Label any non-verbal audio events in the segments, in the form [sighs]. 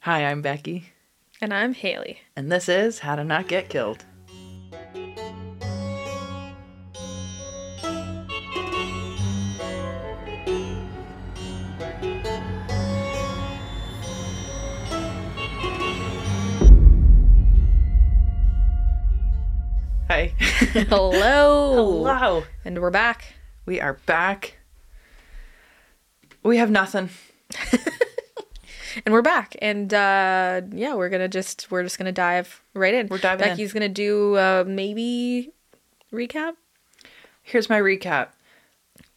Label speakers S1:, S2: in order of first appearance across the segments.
S1: Hi, I'm Becky,
S2: And I'm Haley.
S1: and this is How to Not Get Killed. Hi. [laughs]
S2: Hello.
S1: Hello.
S2: And we're back.
S1: We are back. We have nothing.
S2: And we're back. And uh yeah, we're gonna just we're just gonna dive right in.
S1: We're diving in.
S2: Becky's gonna do uh maybe recap.
S1: Here's my recap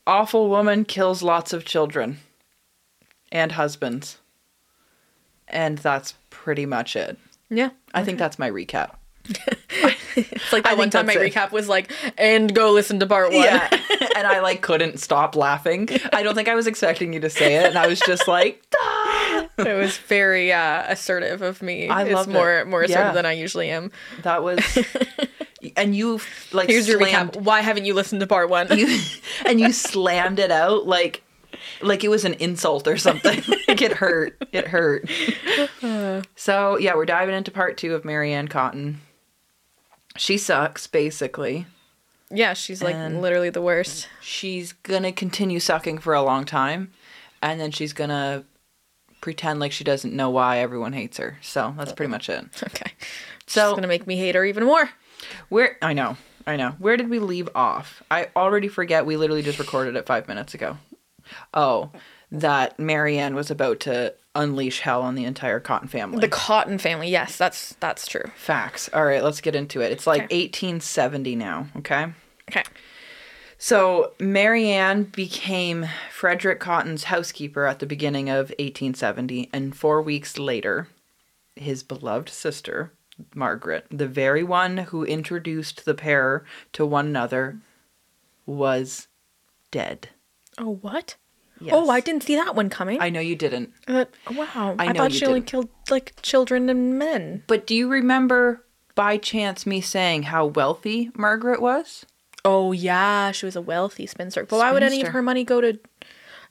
S1: Awful woman kills lots of children and husbands. And that's pretty much it.
S2: Yeah.
S1: I think that's my recap.
S2: It's like
S1: I
S2: that one
S1: think
S2: time my
S1: that's it.
S2: recap was like, and go listen to part one. [laughs]
S1: and I like couldn't stop laughing. I don't think I was expecting you to say it. And I was just like,
S2: it was very uh assertive of me.
S1: I
S2: it's
S1: loved it.
S2: more more assertive
S1: Yeah.
S2: than I usually am.
S1: that
S2: [laughs]
S1: was. And you like
S2: Here's your
S1: slammed
S2: recap. Why haven't you listened to part one?
S1: [laughs] you and you slammed it out like like it was an insult or something. [laughs] like it hurt. It hurt. So yeah, we're diving into part two of Marianne Cotton. She sucks, basically.
S2: [laughs] yeah, she's like
S1: And-
S2: literally the worst. [laughs]
S1: She's gonna continue sucking for a long time, and then she's gonna pretend like she doesn't know why everyone hates her. So that's pretty much it.
S2: Okay. So
S1: So-
S2: she's gonna make me hate her even more.
S1: Where I know, I know. Where did we leave off? I already forget. We literally just recorded it five minutes ago. Oh, that Marianne was about to unleash hell on the entire Cotton family.
S2: The Cotton family, yes, that's that's true.
S1: Facts. All right, let's get into it. It's like
S2: Okay.
S1: 1870 now. Okay.
S2: Okay.
S1: So Marianne became Frederick Cotton's housekeeper at the beginning of 1870, and four weeks later, his beloved sister, Margaret, the very one who introduced the pair to one another, was dead.
S2: Oh what?
S1: Yes.
S2: Oh, I didn't see that one coming.
S1: I know you didn't.
S2: That- wow.
S1: I
S2: I,
S1: know
S2: thought
S1: you
S2: she only
S1: didn't.
S2: killed like children and men.
S1: But do you remember by chance me saying how wealthy Margaret was?
S2: Oh yeah, she was a wealthy spinster. But why would any of
S1: Spinster.
S2: her money go to?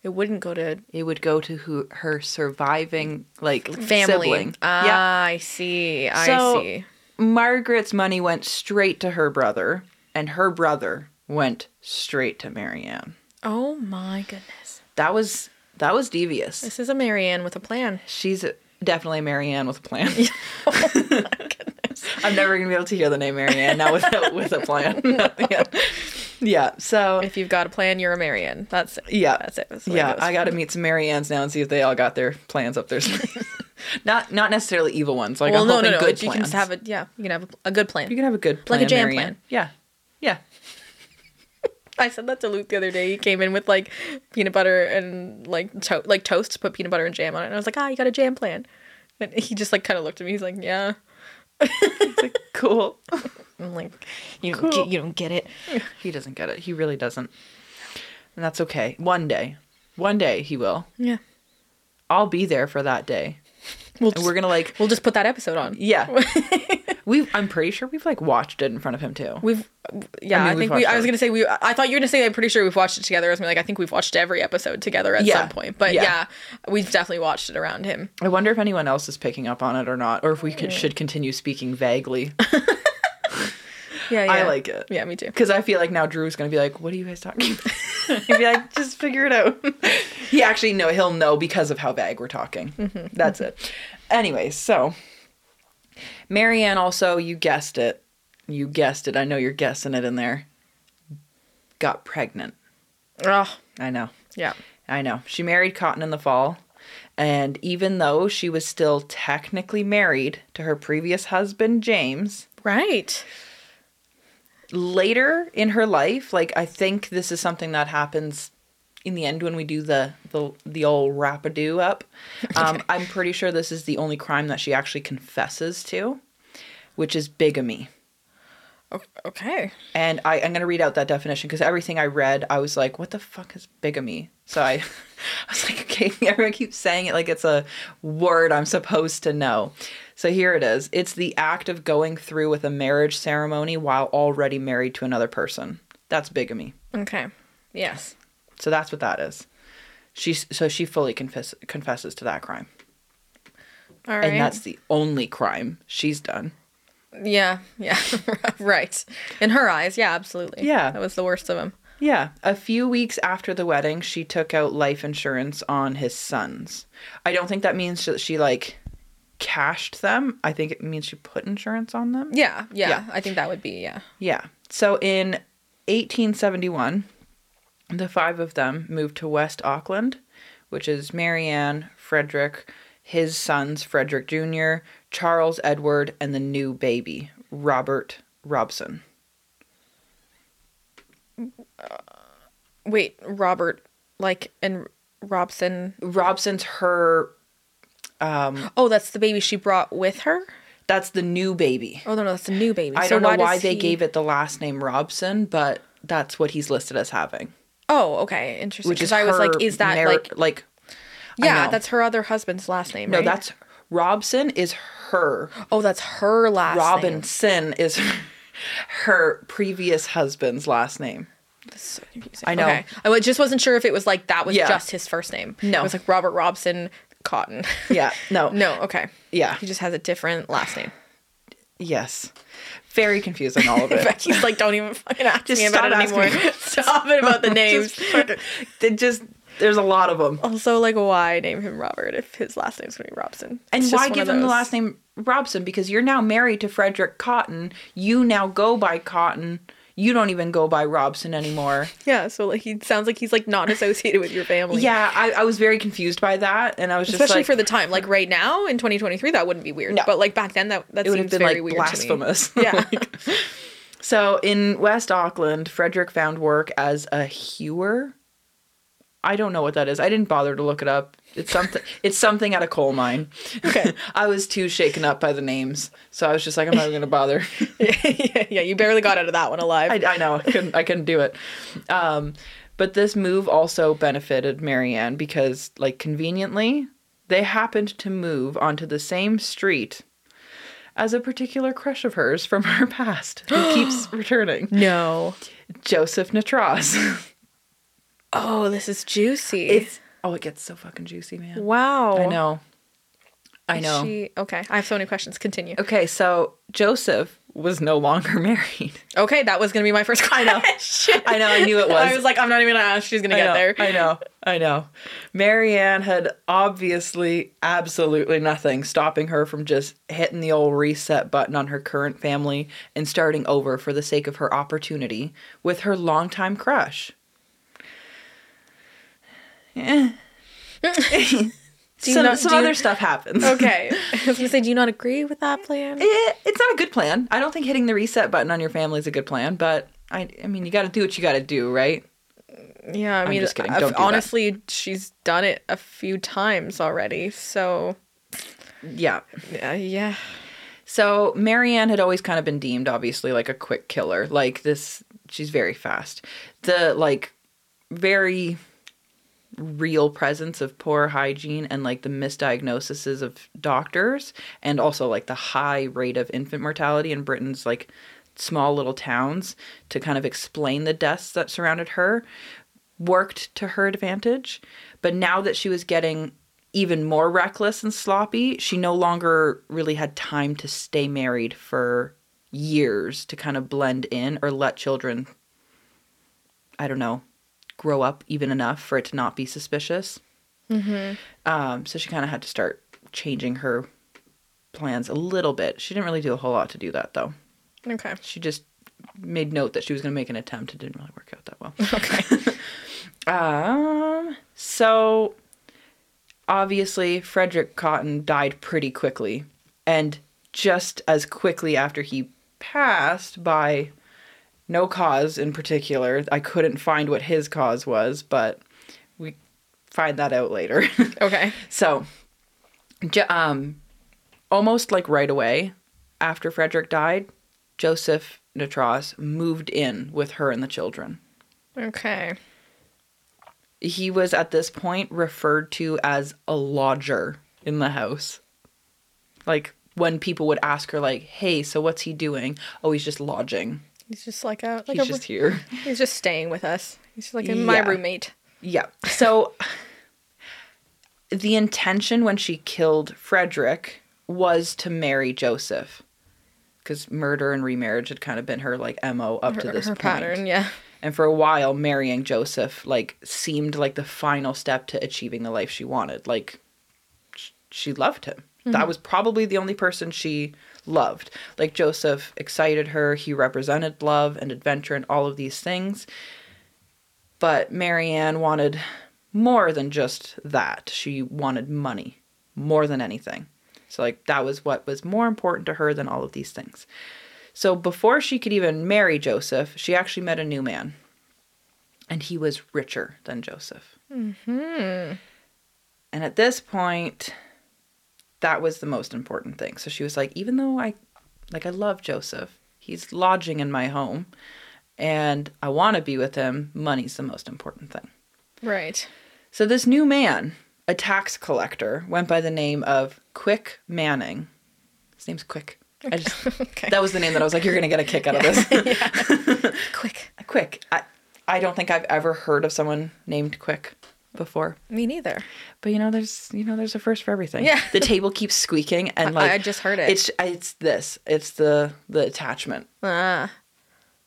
S2: It wouldn't go to
S1: It would go to who, her surviving like
S2: family.
S1: sibling.
S2: Ah, I see. I
S1: So-
S2: see.
S1: Margaret's money went straight to her brother, and her brother went straight to Marianne.
S2: Oh my goodness.
S1: That was that was devious.
S2: This is a Marianne with a plan.
S1: She's definitely Marianne with a
S2: [laughs]
S1: plan.
S2: Oh
S1: [laughs] I'm never gonna be able to hear the name Marianne now without with a plan. [laughs] yeah. yeah. So
S2: If you've got a plan, you're a Marianne. That's it.
S1: Yeah.
S2: That's it. That's the way it
S1: yeah,
S2: goes.
S1: I gotta meet some Mariannes now and see if they all got their plans up their sleeves. [laughs] not not necessarily evil ones. Like
S2: well,
S1: I'm
S2: no, no,
S1: hoping
S2: no.
S1: good
S2: you can
S1: plans.
S2: just have a yeah. You can have a, a good plan.
S1: you can have a good plan,
S2: Like a jam
S1: Marianne.
S2: plan.
S1: Yeah. Yeah. [laughs]
S2: I said that to Luke the other day. He came in with like peanut butter and like to- like toast, put peanut butter and jam on it. And I was like, ah, you got a jam plan. And he just like kind of looked at me. He's like, yeah.
S1: Cool.
S2: I'm like, you don't
S1: Cool.
S2: get, you don't get it.
S1: He doesn't get it. He really doesn't. And that's okay. One day. One day he will.
S2: Yeah.
S1: I'll be there for that day.
S2: We'll
S1: And
S2: just,
S1: we're going to like
S2: we'll just put that episode on.
S1: yeah. we have I'm pretty sure we've like watched it in front of him too.
S2: We've yeah.
S1: I
S2: I,
S1: mean, we've
S2: think we.
S1: watched
S2: I was
S1: it.
S2: gonna say we. I thought you were gonna say. I'm pretty sure we've watched it together. I was gonna be like, I think we've watched every episode together at
S1: Yeah.
S2: some point. But
S1: Yeah.
S2: yeah. we've definitely watched it around him.
S1: I wonder if anyone else is picking up on it or not or if we could, should continue speaking vaguely
S2: Yeah, yeah.
S1: I like it.
S2: Yeah, me too.
S1: cuz I feel like now Drew's going to be like what are you guys talking about? [laughs] He'd be like just figure it out. [laughs] he actually no, he'll know because of how vague we're talking. That's it. Anyway, so Marianne also, you guessed it. You guessed it. I know you're guessing it in there. Got pregnant.
S2: Oh
S1: I know.
S2: yeah.
S1: I know. She married Cotton in the fall. And even though she was still technically married to her previous husband, James,
S2: Right.
S1: later in her life, like I think this is something that happens in the end when we do the the, the old rapadoo up. Um, I'm pretty sure this is the only crime that she actually confesses to, which is bigamy.
S2: O- Okay.
S1: And I, I'm going to read out that definition because everything I read, I was like, what the fuck is bigamy? So I, [laughs] I was like, okay, [laughs] everyone keeps saying it like it's a word I'm supposed to know. So here it is it's the act of going through with a marriage ceremony while already married to another person. That's bigamy.
S2: Okay. Yes.
S1: So that's what that is. She's, so she fully confess, confesses to that crime.
S2: All right.
S1: And that's the only crime she's done.
S2: yeah, yeah, [laughs] right. In her eyes, yeah, absolutely.
S1: Yeah.
S2: that was the worst of them.
S1: Yeah. A few weeks after the wedding, she took out life insurance on his sons. I don't think that means that she, like, cashed them. I think it means she put insurance on them.
S2: Yeah, yeah,
S1: Yeah.
S2: I think that would be yeah.
S1: Yeah. So in 1871, the five of them moved to West Auckland, which is Marianne, Frederick, his sons, Frederick Jr., Charles Edward, and the new baby, Robert Robson.
S2: Wait, Robert, like and Robson.
S1: Robson's her, um,
S2: Oh, that's the baby she brought with her.
S1: that's the new baby.
S2: Oh no, no, that's a new baby.
S1: I
S2: So
S1: don't know
S2: does
S1: why they
S2: he-
S1: gave it the last name Robson, but that's what he's listed as having.
S2: Oh, okay, interesting.
S1: Which
S2: Because
S1: is
S2: I was like,
S1: her
S2: is that
S1: mar-
S2: like?
S1: like I
S2: Yeah,
S1: know.
S2: that's her other husband's last name.
S1: no,
S2: right?
S1: that's Robson is her.
S2: oh, that's her last. name.
S1: Robinson is [laughs] her previous husband's last name.
S2: That's so confusing.
S1: I know.
S2: Okay. I wa- just wasn't sure if it was like that was
S1: Yeah.
S2: just his first name.
S1: No.
S2: it was like Robert Robson Cotton. [laughs]
S1: Yeah, no.
S2: no, okay.
S1: Yeah.
S2: He just has a different last name.
S1: Yes. Very confusing all
S2: [laughs]
S1: of
S2: In
S1: it.
S2: fact, he's like, don't even fucking ask
S1: Just
S2: me about it
S1: stop asking
S2: anymore.
S1: me.
S2: [laughs] stop it about the names.
S1: Just fucking- they just there's a lot of them.
S2: also, like, why name him Robert if his last name's gonna be Robson?
S1: And
S2: It's just
S1: why
S2: one
S1: give
S2: of
S1: him the
S2: those.
S1: last name Robson because you're now married to Frederick Cotton. You now go by Cotton. You don't even go by Robson anymore.
S2: Yeah, so like he sounds like he's like [laughs] not associated with your family.
S1: Yeah, I, I was very confused by that, and I was just
S2: Especially
S1: like,
S2: for the time, like right now in 2023, that wouldn't be weird.
S1: No.
S2: But like back then, that that
S1: it would
S2: seems
S1: have been
S2: very
S1: like
S2: weird
S1: blasphemous.
S2: to me. [laughs] Yeah,
S1: So in West Auckland, Frederick found work as a hewer. I don't know what that is. I didn't bother to look it up. It's something. it's something at a coal mine.
S2: Okay.
S1: [laughs] I was too shaken up by the names, so I was just like, I'm not even gonna
S2: [laughs]
S1: bother.
S2: yeah, yeah. You barely got out of that one alive.
S1: I, I know. I couldn't. I couldn't do it. Um, but this move also benefited Marianne because, like, conveniently, they happened to move onto the same street as a particular crush of hers from her [laughs] past [gasps] who keeps returning.
S2: No.
S1: Joseph Natras.
S2: Oh, this is juicy.
S1: [laughs] It's oh, it gets so fucking juicy, man.
S2: wow.
S1: I know. I
S2: Is
S1: know.
S2: She, okay, I have so many questions. Continue.
S1: Okay, so Joseph was no longer [laughs] married.
S2: Okay, that was gonna be my first question.
S1: know. I know, I knew it was.
S2: [laughs] I was like, I'm not even gonna ask. She's gonna
S1: I
S2: get
S1: know,
S2: there.
S1: I know. I know. Marianne had obviously absolutely nothing stopping her from just hitting the old reset button on her current family and starting over for the sake of her opportunity with her longtime crush.
S2: [laughs]
S1: Eh.
S2: Do you
S1: some
S2: not-
S1: some
S2: do you-
S1: other stuff happens.
S2: Okay. [laughs] I was gonna say, do you not agree with that plan?
S1: Eh, it's not a good plan. I don't think hitting the reset button on your family is a good plan, but I, I mean, you got to do what you got to do, right?
S2: Yeah, I mean,
S1: just kidding.
S2: I've-
S1: Don't do that.
S2: honestly, she's done it a few times already. So
S1: Yeah.
S2: yeah, yeah.
S1: So Marianne had always kind of been deemed, obviously, like a quick killer. Like this, she's very fast. The like very real presence of poor hygiene and like the misdiagnoses of doctors, and also like the high rate of infant mortality in Britain's like small little towns to kind of explain the deaths that surrounded her worked to her advantage. But now that she was getting even more reckless and sloppy, she no longer really had time to stay married for years to kind of blend in or let children, I don't know, grow up even enough for it to not be suspicious. Um, so she kind of had to start changing her plans a little bit. She didn't really do a whole lot to do that though.
S2: Okay.
S1: She just made note that she was going to make an attempt. It didn't really work out that well.
S2: Okay.
S1: [laughs] Um, so obviously Frederick Cotton died pretty quickly and just as quickly after he passed by no cause in particular. I couldn't find what his cause was, but we find that out later. [laughs]
S2: okay.
S1: So, ju- um, almost like right away after Frederick died, Joseph Natras moved in with her and the children.
S2: Okay.
S1: He was at this point referred to as a lodger in the house. Like when people would ask her, like, "Hey, so what's he doing?" Oh, he's just lodging.
S2: He's just like a like
S1: he's
S2: a,
S1: just here.
S2: he's just staying with us. He's just like my
S1: Yeah.
S2: roommate.
S1: Yeah. So the intention when she killed Frederick was to marry Joseph. Because murder and remarriage had kind of been her like MO up to
S2: Her-
S1: this
S2: her
S1: point.
S2: pattern, yeah.
S1: And for a while, marrying Joseph like seemed like the final step to achieving the life she wanted. Like sh- she loved him. That was probably the only person she loved. Like Joseph excited her. He represented love and adventure and all of these things. But Marianne wanted more than just that. She wanted money more than anything. So like that was what was more important to her than all of these things. So before she could even marry Joseph, she actually met a new man. And he was richer than Joseph.
S2: Hmm.
S1: And at this point, that was the most important thing. So she was like, even though I like I love Joseph, he's lodging in my home and I want to be with him, money's the most important thing.
S2: Right.
S1: So this new man, a tax collector, went by the name of Quick Manning. His name's Quick. I just
S2: okay.
S1: that was the name that I was like, you're gonna get a kick out of this.
S2: Quick.
S1: Quick. I, I don't think I've ever heard of someone named Quick before.
S2: Me neither.
S1: But you know, there's you know, there's a first for everything.
S2: Yeah.
S1: The table keeps
S2: [laughs]
S1: squeaking, and
S2: I-
S1: like
S2: I just heard it.
S1: It's it's this. It's the the attachment.
S2: Ah.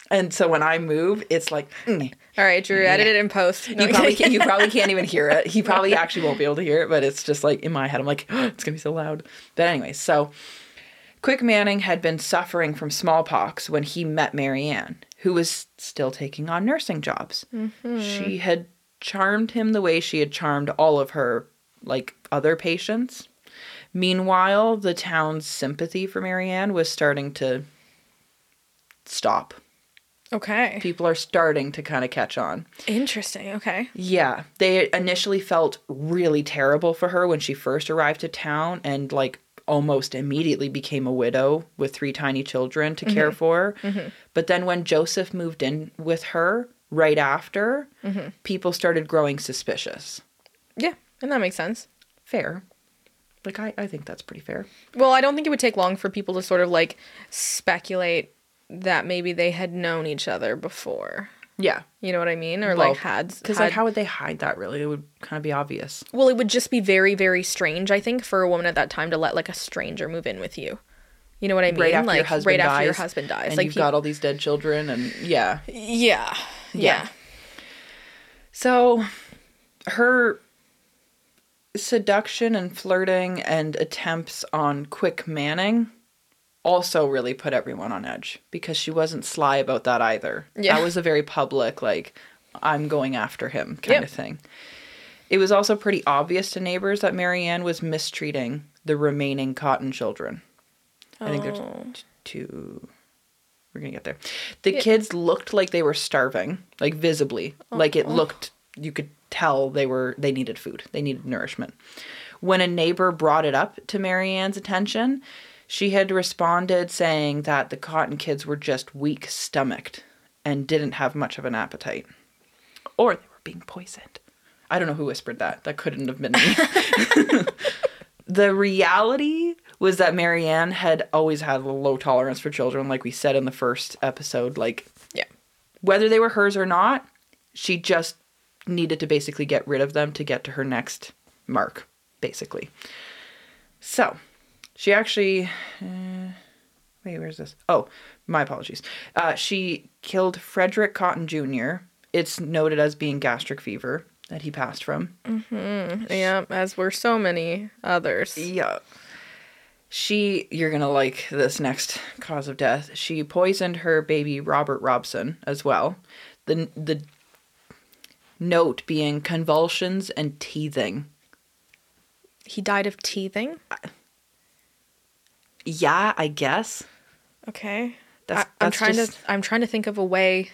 S1: And so when I move, it's like mm.
S2: All right, Drew, edit it in post. No,
S1: you probably
S2: [laughs]
S1: can't, you probably can't even hear it. He probably actually won't be able to hear it, but it's just like in my head, I'm like [gasps] it's gonna be so loud. But anyway, so Quick Manning had been suffering from smallpox when he met Marianne, who was still taking on nursing jobs. She had charmed him the way she had charmed all of her like other patients. Meanwhile, the town's sympathy for Marianne was starting to stop.
S2: Okay.
S1: People are starting to kind of catch on.
S2: Interesting. Okay.
S1: Yeah, they initially felt really terrible for her when she first arrived to town and like almost immediately became a widow with three tiny children to care for. But then when Joseph moved in with her right after, people started growing suspicious.
S2: Yeah. And that makes sense.
S1: Fair. Like I, I think that's pretty fair.
S2: Well, I don't think it would take long for people to sort of like speculate that maybe they had known each other before.
S1: Yeah.
S2: You know what I mean? Or
S1: Well,
S2: like had
S1: Because
S2: had-
S1: like how would they hide that really? It would kind of be obvious.
S2: well, it would just be very, very strange, I think, for a woman at that time to let like a stranger move in with you. You know what I mean?
S1: Right after
S2: like
S1: your husband
S2: right
S1: dies.
S2: after your husband dies.
S1: And
S2: like
S1: you've
S2: peop-
S1: got all these dead children and yeah.
S2: yeah,
S1: Yeah.
S2: yeah.
S1: So her seduction and flirting and attempts on Quick Manning also really put everyone on edge because she wasn't sly about that either.
S2: Yeah.
S1: That was a very public, like, I'm going after him kind
S2: Yep.
S1: of thing. It was also pretty obvious to neighbors that Marianne was mistreating the remaining Cotton children. I think there's
S2: Oh.
S1: t- two. We're gonna get there. The kids looked like they were starving, like visibly. Like it looked, you could tell they were they needed food. They needed nourishment. When a neighbor brought it up to Marianne's attention, she had responded saying that the cotton kids were just weak stomached and didn't have much of an appetite, or they were being poisoned. I don't know who whispered that. That couldn't have been me. the reality was that Marianne had always had a low tolerance for children, like we said in the first episode. Like,
S2: Yeah.
S1: whether they were hers or not, she just needed to basically get rid of them to get to her next mark, basically. So, she actually. Uh, wait, where's this? Oh, my apologies. Uh, she killed Frederick Cotton Jr. It's noted as being gastric fever that he passed from.
S2: Yeah, as were so many others.
S1: Yeah. She, you're gonna like this next cause of death. She poisoned her baby Robert Robson as well. The the note being convulsions and teething.
S2: He died of teething.
S1: Yeah, I guess.
S2: Okay.
S1: That's,
S2: I, am
S1: that's
S2: trying
S1: just-
S2: to. I'm trying to think of a way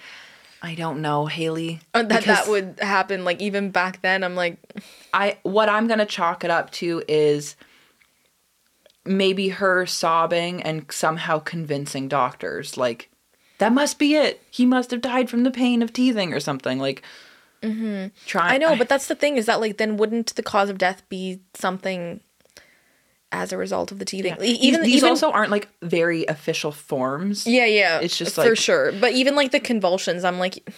S1: I don't know, Haley.
S2: uh, that
S1: because
S2: that would happen. Like even back then, I'm like,
S1: I what I'm gonna chalk it up to is maybe her sobbing and somehow convincing doctors like that must be it. He must have died from the pain of teething or something like. Trying.
S2: Mm-hmm. I know, but that's the thing is that like then wouldn't the cause of death be something as a result of the teething? E-
S1: These-
S2: Even
S1: these
S2: even
S1: also aren't like very official forms.
S2: yeah, yeah,
S1: it's just
S2: for
S1: like-
S2: sure. But even like the convulsions, I'm like,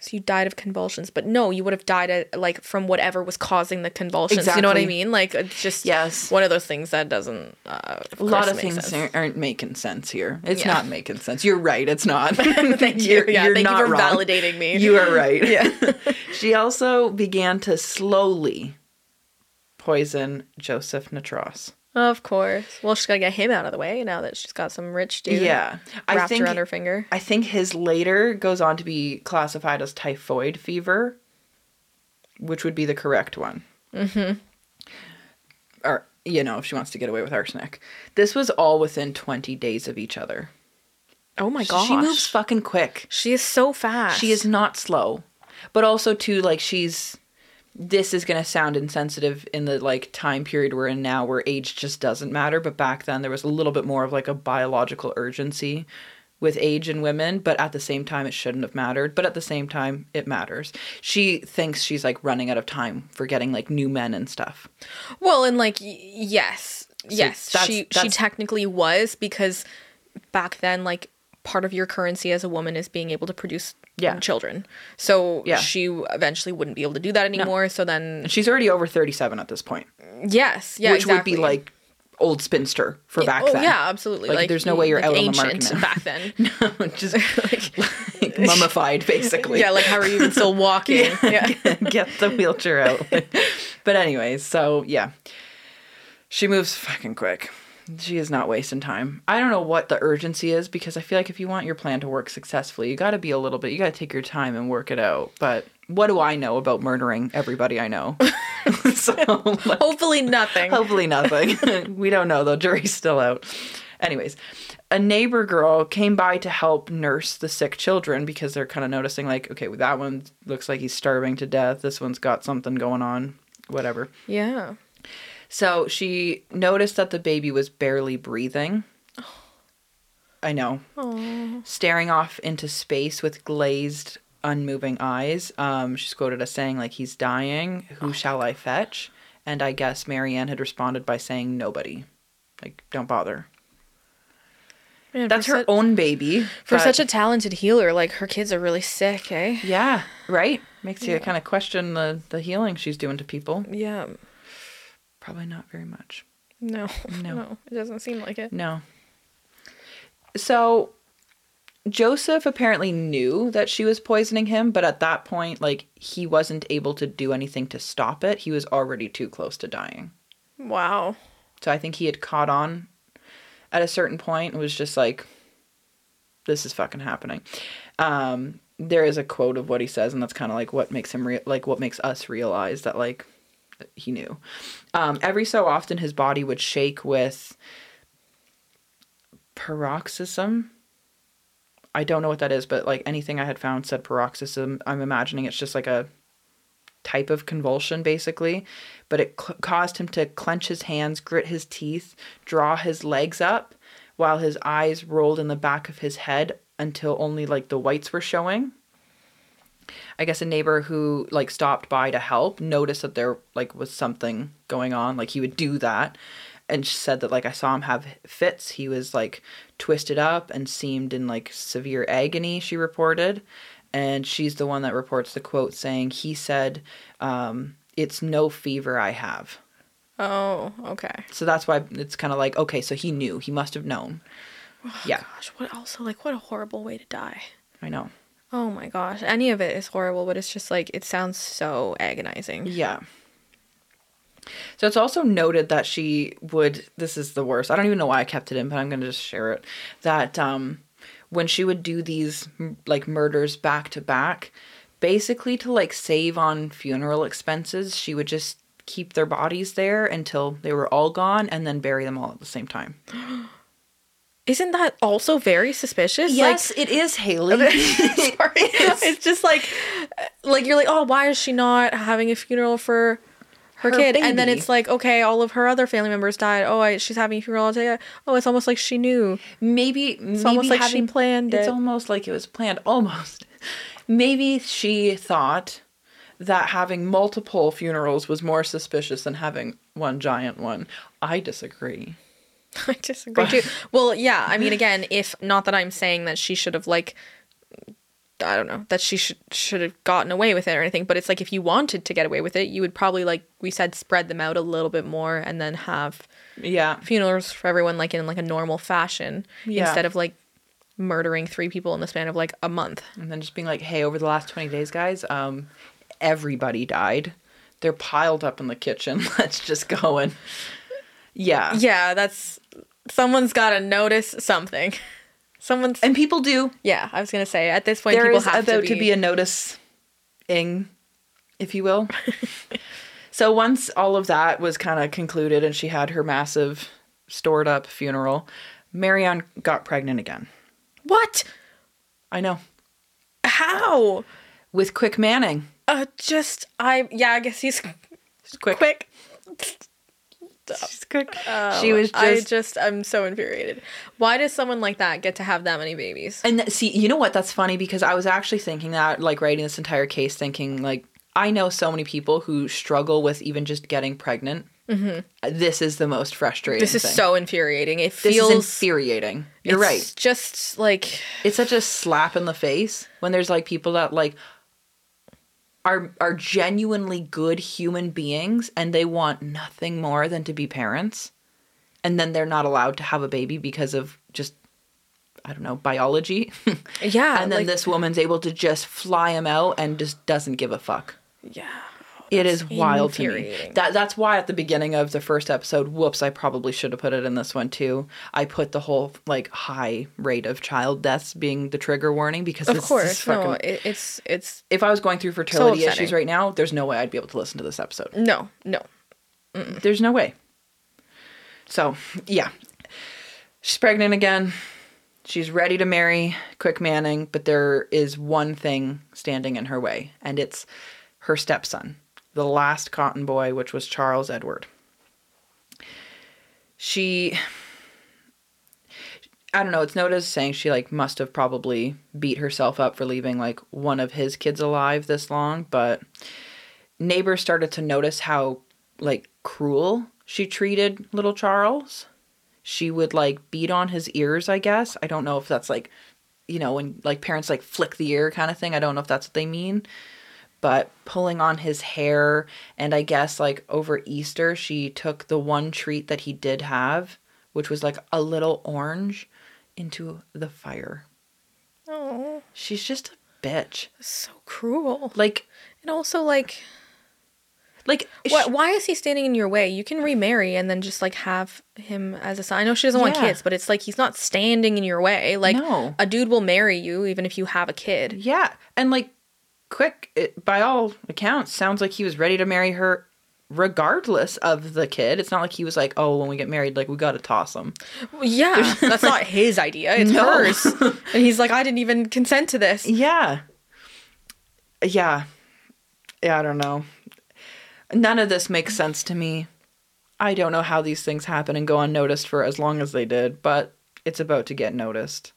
S2: So you died of convulsions, but no, you would have died uh, like from whatever was causing the convulsions. You know what I
S1: Exactly.
S2: mean? Like it's just
S1: Yes.
S2: one of those things that doesn't. Uh,
S1: A lot of things aren't- aren't making sense here. It's
S2: Yeah.
S1: not making sense. You're right. It's not.
S2: [laughs] thank
S1: [laughs]
S2: you.
S1: You're-
S2: [laughs] yeah,
S1: you're
S2: thank
S1: not
S2: you for
S1: wrong.
S2: validating me.
S1: You are right. [laughs] Yeah. she also began to slowly poison Joseph Natros.
S2: [laughs] of course. Well, she's gotta get him out of the way now that she's got some rich dude.
S1: Yeah. I
S2: wrapped
S1: think
S2: around her finger.
S1: I think his later goes on to be classified as typhoid fever, which would be the correct one. Mm-hmm. Or, you know, if she wants to get away with arsenic. This was all within 20 days of each other.
S2: Oh my gosh,
S1: She moves fucking quick.
S2: She is so fast.
S1: She is not slow. But also, too, like, she's. This is going to sound insensitive in the like time period we're in now where age just doesn't matter. But back then, there was a little bit more of like a biological urgency with age in women. But at the same time, it shouldn't have mattered. But at the same time, it matters. She thinks she's like running out of time for getting like new men and stuff.
S2: Well, and like y- yes, yes,
S1: that's-
S2: she she
S1: that's-
S2: technically was because back then, like part of your currency as a woman is being able to produce
S1: Yeah.
S2: children. So
S1: Yeah.
S2: she eventually wouldn't be able to do that anymore. So then
S1: And she's already over 37 at this point,
S2: yes, yeah,
S1: which
S2: exactly.
S1: would be like old spinster for back
S2: oh
S1: then.
S2: yeah, absolutely.
S1: Like,
S2: Like,
S1: there's no way you're
S2: like
S1: out on the market
S2: ancient
S1: now.
S2: back then.
S1: [laughs] just [laughs]
S2: [laughs]
S1: like mummified basically.
S2: yeah, like how are you
S1: [laughs]
S2: even still walking? yeah.
S1: get the wheelchair out. but anyways, so yeah. She moves fucking quick. She is not wasting time. I don't know what the urgency is because I feel like if you want your plan to work successfully, you got to be a little bit, you got to take your time and work it out. But what do I know about murdering everybody I know? [laughs] so like,
S2: [laughs] Hopefully nothing.
S1: Hopefully nothing. [laughs] we don't know though. Jury's still out. Anyways, a neighbor girl came by to help nurse the sick children because they're kind of noticing like, okay, well, that one looks like he's starving to death. This one's got something going on. Whatever.
S2: Yeah.
S1: So she noticed that the baby was barely breathing. I know. Staring off into space with glazed, unmoving eyes. Um, she's quoted as saying, like, he's dying.
S2: Oh.
S1: Who shall I fetch? And I guess Marianne had responded by saying, nobody. Like, don't bother.
S2: Man,
S1: That's
S2: for
S1: her
S2: su-
S1: own baby.
S2: for
S1: but-
S2: such a talented healer, like her kids are really sick, eh?
S1: Yeah, right? Makes you
S2: Yeah.
S1: kind of question the, the healing she's doing to people.
S2: Yeah.
S1: Probably not very much.
S2: No. [laughs]
S1: No.
S2: No. It doesn't seem like it.
S1: No. So Joseph apparently knew that she was poisoning him, but at that point, like, he wasn't able to do anything to stop it. He was already too close to dying.
S2: Wow.
S1: So I think he had caught on at a certain point and was just like, this is fucking happening. Um, there is a quote of what he says, and that's kind of like what makes him real, like what makes us realize that like he knew. Um, every so often, his body would shake with paroxysm. I don't know what that is, but like anything I had found said paroxysm. I'm imagining it's just like a type of convulsion, basically. But it cl- caused him to clench his hands, grit his teeth, draw his legs up, while his eyes rolled in the back of his head until only like the whites were showing. I guess a neighbor who like stopped by to help noticed that there like was something going on. Like he would do that, and she said that like I saw him have fits. He was like twisted up and seemed in like severe agony. She reported, and she's the one that reports the quote saying he said, um, "It's no fever I have."
S2: Oh, okay.
S1: So that's why it's kind of like okay, so he knew. He must have known. yeah,
S2: Gosh, what also like what a horrible way to die.
S1: I know.
S2: Oh my gosh. Any of it is horrible, but it's just like it sounds so agonizing.
S1: Yeah. So it's also noted that she would this is the worst. I don't even know why I kept it in, but I'm going to just share it. That um when she would do these m- like murders back to back, basically to like save on funeral expenses, she would just keep their bodies there until they were all gone and then bury them all at the same time.
S2: Isn't that also very suspicious?
S1: yes, it is [laughs] Haley.
S2: Like sorry. [laughs] it's just like like you're like, "Oh, why is she not having a funeral for
S1: Her
S2: her, kid?" And then
S1: baby.
S2: it's like, "Okay, all of her other family members died. Oh, I, she's having a funeral. I'll take it. Oh, it's almost like she knew."
S1: maybe maybe
S2: almost like she
S1: having,
S2: planned
S1: it's
S2: it.
S1: almost like it was planned [laughs] almost maybe she thought that having multiple funerals was more suspicious than having one giant one i disagree
S2: [laughs] I disagree too. Well, yeah, I mean, again, if not that I'm saying that she should have like I don't know that she should should have gotten away with it or anything. But it's like if you wanted to get away with it, you would probably like we said spread them out a little bit more and then have
S1: Yeah.
S2: funerals for everyone like in like a normal fashion
S1: Yeah.
S2: instead of like murdering three people in the span of like a month.
S1: And then just being like, hey, over the last 20 days, guys, um, everybody died. They're piled up in the kitchen. [laughs] Let's just go and. Yeah.
S2: [laughs] Yeah, that's someone's got to notice something. Someone's
S1: And people do.
S2: yeah. I was gonna say at this point
S1: There
S2: people
S1: is
S2: have
S1: about
S2: to be,
S1: a notice ing, if you
S2: [laughs]
S1: will. so once all of that was kind of concluded and she had her massive stored up funeral, Marianne got pregnant again.
S2: what
S1: I know.
S2: how
S1: With Quick Manning.
S2: uh just I yeah I guess he's [laughs]
S1: Quick.
S2: quick.
S1: She's quick.
S2: Oh,
S1: she was
S2: I
S1: just
S2: just I'm so infuriated. Why does someone like that get to have that many babies?
S1: And th- see, you know what? That's funny because I was actually thinking that, like, writing this entire case, thinking, like, I know so many people who struggle with even just getting pregnant. Mm-hmm. This is the most frustrating.
S2: This is
S1: thing.
S2: so infuriating. It
S1: This
S2: feels
S1: is infuriating. You're
S2: it's
S1: right.
S2: Just like
S1: It's such a slap in the face when there's like people that like are are genuinely good human beings and they want nothing more than to be parents, and then they're not allowed to have a baby because of just I don't know biology. [laughs]
S2: yeah,
S1: and then
S2: like-
S1: this woman's able to just fly him out and just doesn't give a fuck.
S2: yeah.
S1: It is wild to me.
S2: infuriating.
S1: That that's why at the beginning of the first episode, whoops, I probably should have put it in this one too. I put the whole like high rate of child deaths being the trigger warning because
S2: Of
S1: it's
S2: course,
S1: course,
S2: no.
S1: fucking,
S2: It, it's it's
S1: if I was going through fertility issues
S2: upsetting.
S1: right now, there's no way I'd be able to listen to this episode.
S2: no no.
S1: There's no way. So, yeah. She's pregnant again. She's ready to marry Quick Manning, but there is one thing standing in her way, and it's her stepson, the last cotton boy, which was Charles Edward. She I don't know, it's noted as saying she like must have probably beat herself up for leaving like one of his kids alive this long, but neighbors started to notice how like cruel she treated little Charles. She would like beat on his ears, I guess. I don't know if that's like you know, when like parents like flick the ear kind of thing. I don't know if that's what they mean. But pulling on his hair and I guess like over Easter she took the one treat that he did have, which was like a little orange into the fire.
S2: Oh,
S1: She's just a bitch.
S2: so cruel.
S1: Like
S2: And also like
S1: like
S2: Why, why is he standing in your way? You can remarry and then just like have him as a son. I know she doesn't want
S1: Yeah.
S2: kids, but it's like he's not standing in your way. Like
S1: No.
S2: a dude will marry you even if you have a kid.
S1: Yeah, and like, quick. It, by all accounts, sounds like he was ready to marry her, regardless of the kid. It's not like he was like, "Oh, when we get married, like we gotta toss him."
S2: Yeah, that's not his idea. It's
S1: No. [laughs]
S2: hers. And he's like, I didn't even consent to this.
S1: Yeah, yeah, yeah. I don't know. None of this makes sense to me. I don't know how these things happen and go unnoticed for as long as they did, but it's about to get noticed.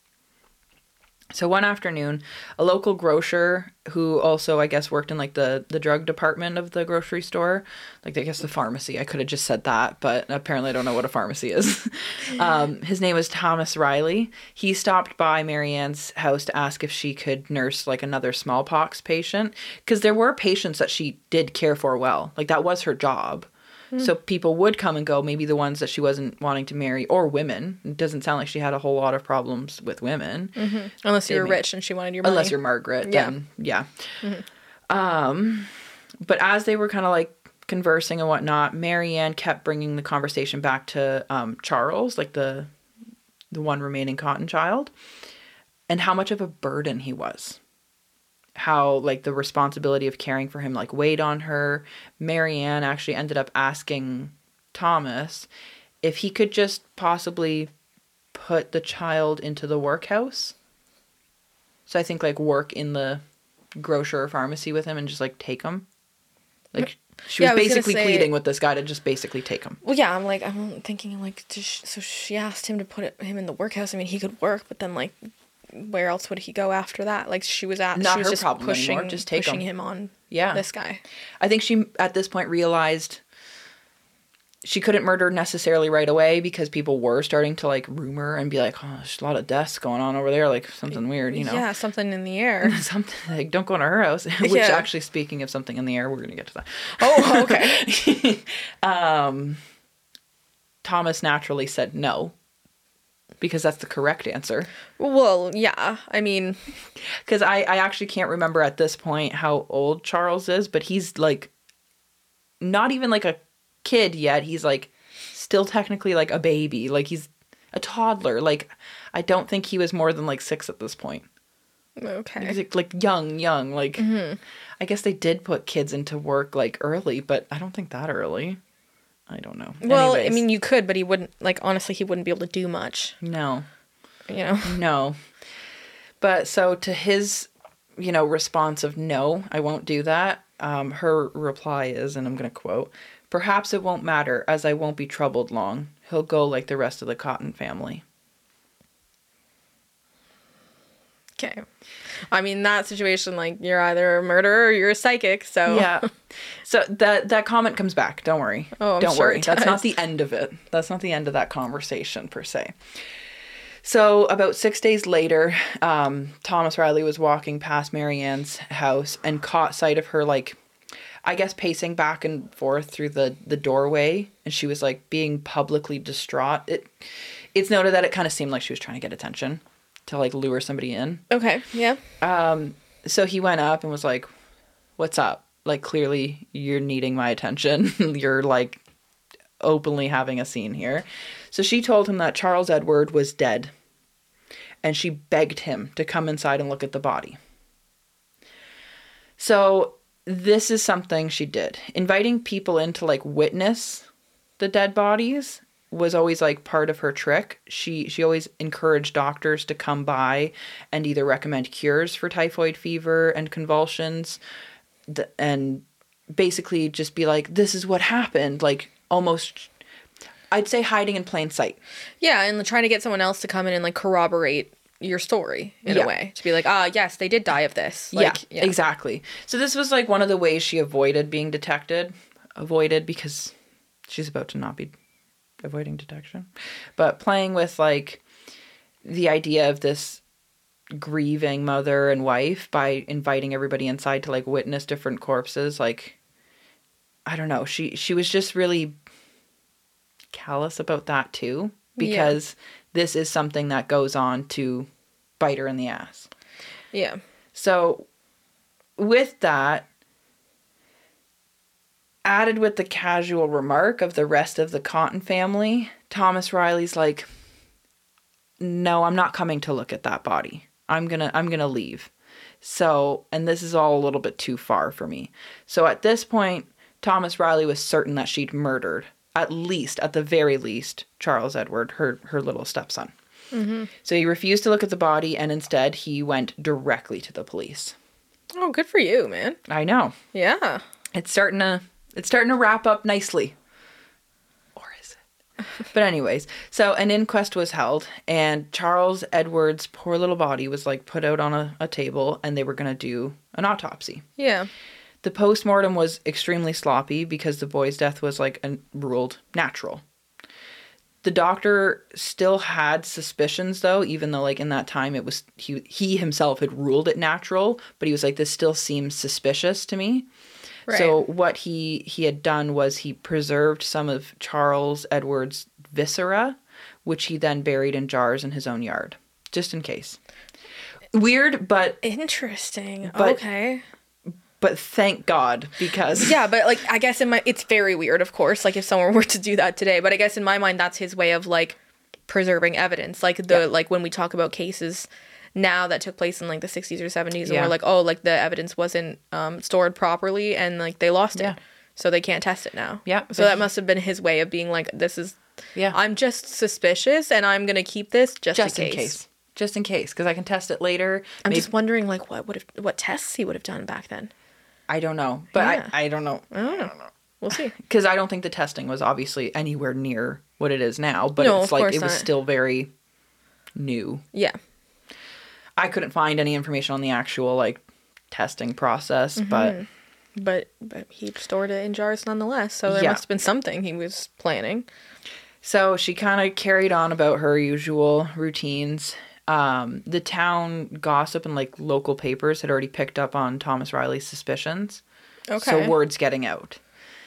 S1: So one afternoon, a local grocer who also I guess worked in like the the drug department of the grocery store, like I guess the pharmacy. I could have just said that, but apparently I don't know what a pharmacy is. [laughs] um, his name was Thomas Riley. He stopped by Marianne's house to ask if she could nurse like another smallpox patient because there were patients that she did care for well. Like that was her job. So people would come and go, maybe the ones that she wasn't wanting to marry or women. It doesn't sound like she had a whole lot of problems with women
S2: Unless you were rich and she wanted your money.
S1: unless you're Margaret.
S2: Yeah. Mm-hmm.
S1: Then, yeah. Um, but as they were kind of like conversing and whatnot, Marianne kept bringing the conversation back to um, Charles, like the the one remaining cotton child, and how much of a burden he was. How like the responsibility of caring for him like weighed on her. Marianne actually ended up asking Thomas if he could just possibly put the child into the workhouse so I think like work in the grocer or pharmacy with him and just like take him. Like she
S2: Yeah,
S1: was,
S2: I was gonna
S1: basically
S2: say-
S1: pleading with this guy to just basically take him.
S2: well, yeah, I'm like, I'm thinking, like, does she- so she asked him to put it, him in the workhouse. I mean, he could work, but then, like, where else would he go after that? Like, she was at,
S1: Not
S2: she was
S1: her
S2: just
S1: problem
S2: pushing,
S1: anymore. Just take
S2: pushing
S1: him.
S2: him on
S1: Yeah.
S2: this guy.
S1: I think she at this point realized she couldn't murder necessarily right away because people were starting to like rumor and be like, oh, there's a lot of deaths going on over there, like something weird, you know?
S2: Yeah, something in the air.
S1: [laughs] Something like don't go into her house. [laughs] Which
S2: Yeah.
S1: actually, speaking of something in the air, we're gonna get to that.
S2: oh, okay.
S1: [laughs] um, Thomas naturally said no because that's the correct answer.
S2: well, yeah. I mean,
S1: Because I, I actually can't remember at this point how old Charles is, but he's like not even like a kid yet. He's like still technically like a baby. Like he's a toddler. Like I don't think he was more than like six at this point. He's
S2: okay.
S1: like, like young, young. Like
S2: Mm-hmm.
S1: I guess they did put kids into work like early, but I don't think that early. I don't know.
S2: Well, I
S1: Anyways,
S2: mean, you could, but he wouldn't. Like, honestly, he wouldn't be able to do much.
S1: no.
S2: You know.
S1: [laughs] No. But so to his, you know, response of no, I won't do that, um, her reply is, and I'm going to quote, perhaps it won't matter as I won't be troubled long. He'll go like the rest of the Cotton family.
S2: Okay. I mean, that situation, like, you're either a murderer or you're a psychic. So
S1: Yeah. [laughs] so that that comment comes back. Don't worry.
S2: Oh, I'm
S1: Don't
S2: sure
S1: worry.
S2: it
S1: That's not
S2: does.
S1: the end of it. That's not the end of that conversation per se. So about six days later, um, Thomas Riley was walking past Marianne's house and caught sight of her like I guess pacing back and forth through the the doorway and she was like being publicly distraught. It it's noted that it kind of seemed like she was trying to get attention to like lure somebody in
S2: Okay. Yeah.
S1: so he went up and was like, "What's up? Like clearly you're needing my attention. [laughs] you're like openly having a scene here." So she told him that Charles Edward was dead and she begged him to come inside and look at the body. So this is something she did. Inviting people in to like witness the dead bodies was always like part of her trick. She she always encouraged doctors to come by and either recommend cures for typhoid fever and convulsions th- and basically just be like this is what happened like almost I'd say hiding in plain sight.
S2: Yeah, and trying to get someone else to come in and like corroborate your story in
S1: Yeah.
S2: a way to be like, ah, yes, they did die of this.
S1: Yeah,
S2: Like,
S1: exactly. So this was like one of the ways she avoided being detected. Avoided because she's about to not be avoiding detection. But playing with like the idea of this grieving mother and wife by inviting everybody inside to like witness different corpses like I don't know. She she was just really callous about that too because this is something that goes on to bite her in the ass.
S2: Yeah.
S1: So, with that, added with the casual remark of the rest of the Cotton family, Thomas Riley's like, "No, I'm not coming to look at that body. I'm going to I'm going to leave." So, and this is all a little bit too far for me. So, at this point, Thomas Riley was certain that she'd murdered at least at the very least Charles Edward, her her little stepson. So he refused to look at the body and instead he went directly to the police.
S2: Oh, good for you, man.
S1: I know.
S2: Yeah.
S1: It's starting to it's starting to wrap up nicely. Or is it? [laughs] but anyways, so an inquest was held and Charles Edwards' poor little body was like put out on a, a table and they were gonna do an autopsy.
S2: Yeah.
S1: The postmortem was extremely sloppy because the boy's death was like an, ruled natural. The doctor still had suspicions though, even though like in that time it was he he himself had ruled it natural, but he was like this still seems suspicious to me.
S2: Right.
S1: So what he he had done was he preserved some of Charles Edwards' viscera, which he then buried in jars in his own yard, just in case. Weird, but
S2: Interesting.
S1: But-
S2: okay.
S1: but thank God because
S2: Yeah, but like I guess in my it's very weird, of course, like if someone [laughs] were to do that today, but I guess in my mind that's his way of like preserving evidence. Like the
S1: Yeah.
S2: like when we talk about cases now that took place in like the 60s or 70s and
S1: Yeah.
S2: we're like, "Oh, like the evidence wasn't um stored properly and like they lost
S1: Yeah.
S2: it." So they can't test it now.
S1: Yeah,
S2: So
S1: but
S2: that
S1: he-
S2: must have been his way of being like this is
S1: [laughs] yeah.
S2: I'm just suspicious and I'm going to keep this just,
S1: just
S2: in case.
S1: Just in case, because I can test it later.
S2: I'm
S1: Maybe,
S2: just wondering like what would have what tests he would have done back then.
S1: I don't know, but
S2: Yeah.
S1: I, I don't know
S2: I don't know.
S1: [laughs]
S2: We'll see.
S1: because I don't think the testing was obviously anywhere near what it is now. But
S2: No,
S1: it's
S2: of
S1: like
S2: course
S1: it was
S2: not.
S1: still very new.
S2: Yeah. Mm-hmm.
S1: I couldn't find any information on the actual like testing process, but
S2: But but he stored it in jars nonetheless. So there
S1: Yeah.
S2: must have been something he was planning.
S1: So she kind of carried on about her usual routines. Um, the town gossip and like local papers had already picked up on Thomas Riley's suspicions.
S2: Okay.
S1: So word's getting out.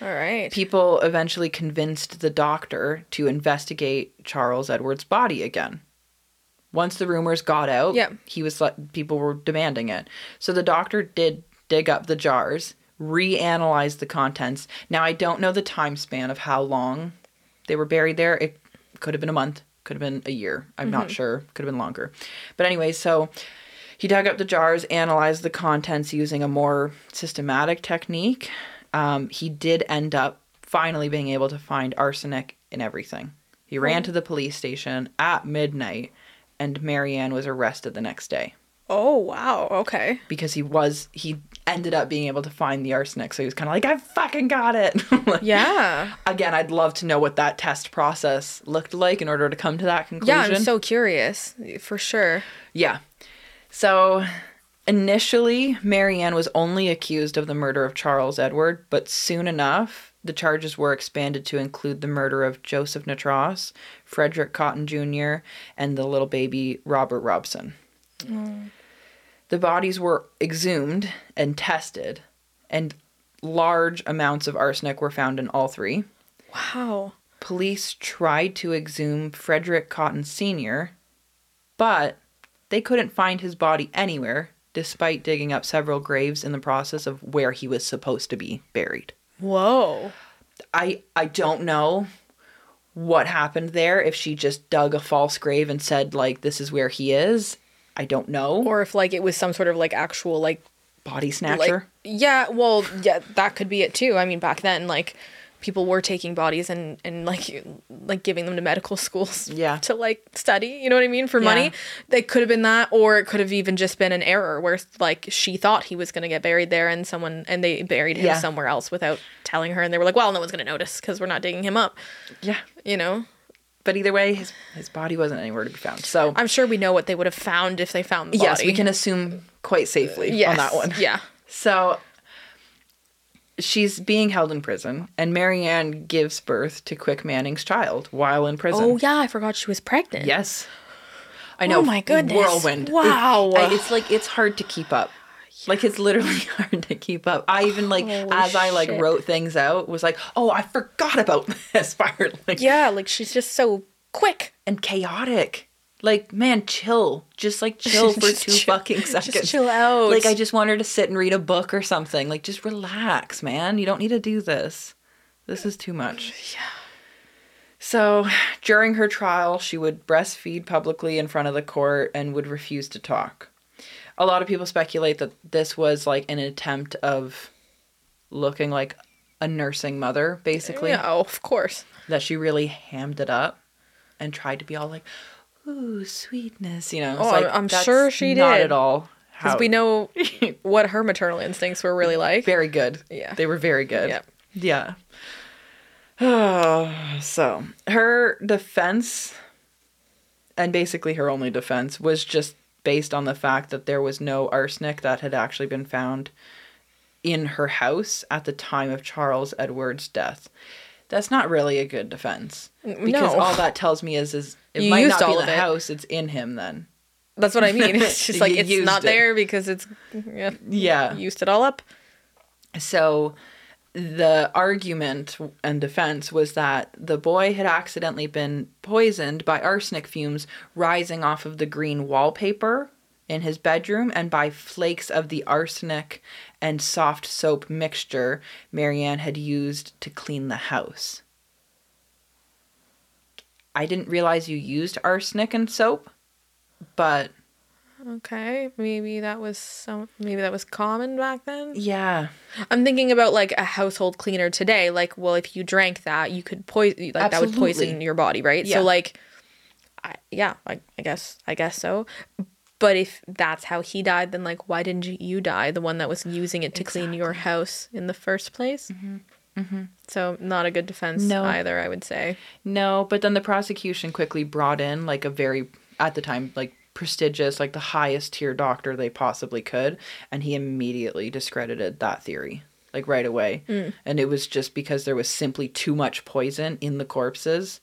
S2: All right.
S1: People eventually convinced the doctor to investigate Charles Edward's body again. Once the rumors got out,
S2: Yeah.
S1: he was let, people were demanding it. So the doctor did dig up the jars, reanalyzed the contents. Now I don't know the time span of how long they were buried there. It could have been a month, could have been a year. I'm not
S2: Mm-hmm.
S1: sure. Could have been longer. But anyway, so he dug up the jars, analyzed the contents using a more systematic technique. Um, he did end up finally being able to find arsenic in everything. He ran to the police station at midnight, and Marianne was arrested the next day
S2: Oh wow. Okay.
S1: because he was he ended up being able to find the arsenic. So he was kind of like, "I fucking got it." [laughs] Like,
S2: Yeah.
S1: Again, I'd love to know what that test process looked like in order to come to that conclusion.
S2: Yeah, I'm so curious for sure.
S1: Yeah. So initially, Marianne was only accused of the murder of Charles Edward, but soon enough, the charges were expanded to include the murder of Joseph Natras, Frederick Cotton Jr., and the little baby Robert Robson. The bodies were exhumed and tested, and large amounts of arsenic were found in all three.
S2: Wow.
S1: Police tried to exhume Frederick Cotton Sr., but they couldn't find his body anywhere, despite digging up several graves in the process of where he was supposed to be buried.
S2: Whoa.
S1: I I don't know what happened there if she just dug a false grave and said like this is where he is. I don't know.
S2: Or if like it was some sort of like actual like
S1: Body
S2: like
S1: snatcher.
S2: yeah, well, yeah, that could be it too. I mean, back then like people were taking bodies and and like you- like giving them to medical [laughs] schools
S1: Yeah.
S2: to like study, you know what I mean, for
S1: Yeah.
S2: money. They could have been that or it could have even just been an error where like she thought he was going to get buried there and someone and they buried him
S1: Yeah.
S2: somewhere else without telling her and they were like, "Well, no one's going to notice cuz we're not digging him up."
S1: yeah.
S2: You know?
S1: But either way, his his body wasn't anywhere to be found. So
S2: I'm sure we know what they would have found if they found the body.
S1: yes, we can assume quite safely
S2: Yes,
S1: on that one.
S2: Yeah.
S1: So she's being held in prison, and Marianne gives birth to Quick Manning's child while in prison.
S2: Oh yeah, I forgot she was pregnant.
S1: yes. I know.
S2: my goodness.
S1: Whirlwind.
S2: Wow.
S1: I- it's like it's hard to keep up. Like it's literally [laughs] hard to keep up. I even like
S2: Holy
S1: as I like
S2: shit.
S1: wrote things out was like, oh, I forgot about [laughs] this fire like,
S2: Yeah, like she's just so quick.
S1: and chaotic. Like man, chill. Just like
S2: [laughs]
S1: chill for
S2: Just
S1: two
S2: chill-
S1: fucking seconds.
S2: Just chill out.
S1: Like I just want her to sit and read a book or something. Like just relax, man. You don't need to do this. This is too
S2: [sighs]
S1: much. Yeah. So, during her trial, she would breastfeed publicly in front of the court and would refuse to talk. A lot of people speculate that this was like an attempt of looking like a nursing mother basically
S2: Yeah, oh, of course.
S1: that she really hammed it up and tried to be all like ooh sweetness you know It's
S2: Oh,
S1: like,
S2: I'm- I'm
S1: that's
S2: sure she
S1: not
S2: did.
S1: at all
S2: Because
S1: how [laughs]
S2: we know what her maternal instincts were really like.
S1: Very good.
S2: Yeah.
S1: They were very good.
S2: Yep.
S1: Yeah. Oh, [sighs] so her defense and basically her only defense was just based on the fact that there was no arsenic that had actually been found in her house at the time of Charles Edward's death. That's not really a good defense
S2: N-
S1: because
S2: no.
S1: all that tells me is is it
S2: You
S1: might
S2: used
S1: not be
S2: all
S1: the
S2: of it.
S1: house, it's in him then.
S2: That's what
S1: [laughs]
S2: I mean. It's just like
S1: You used
S2: it's not
S1: it.
S2: there because it's yeah,
S1: Yeah.
S2: used it all up.
S1: So the argument and defense was that the boy had accidentally been poisoned by arsenic fumes rising off of the green wallpaper in his bedroom and by flakes of the arsenic and soft soap mixture Marianne had used to clean the house. I didn't realize you used arsenic and soap, but
S2: Okay, maybe that was some. Maybe that was common back then.
S1: yeah,
S2: I'm thinking about like a household cleaner today. Like, well, if you drank that, you could poison. Like that would poison
S1: Absolutely.
S2: your body, right?
S1: Yeah.
S2: So like, I, yeah, I, I guess I guess so. But if that's how he died, then like, why didn't you- you die? The one that was using it to clean your house in the first place. Mm-hmm. Mm-hmm. So not a good defense
S1: No.
S2: either. I would say.
S1: No, but then the prosecution quickly brought in like a very at the time like prestigious, like the highest tier doctor they possibly could, and he immediately discredited that theory. like right away.
S2: Mm.
S1: And it was just because there was simply too much poison in the corpses.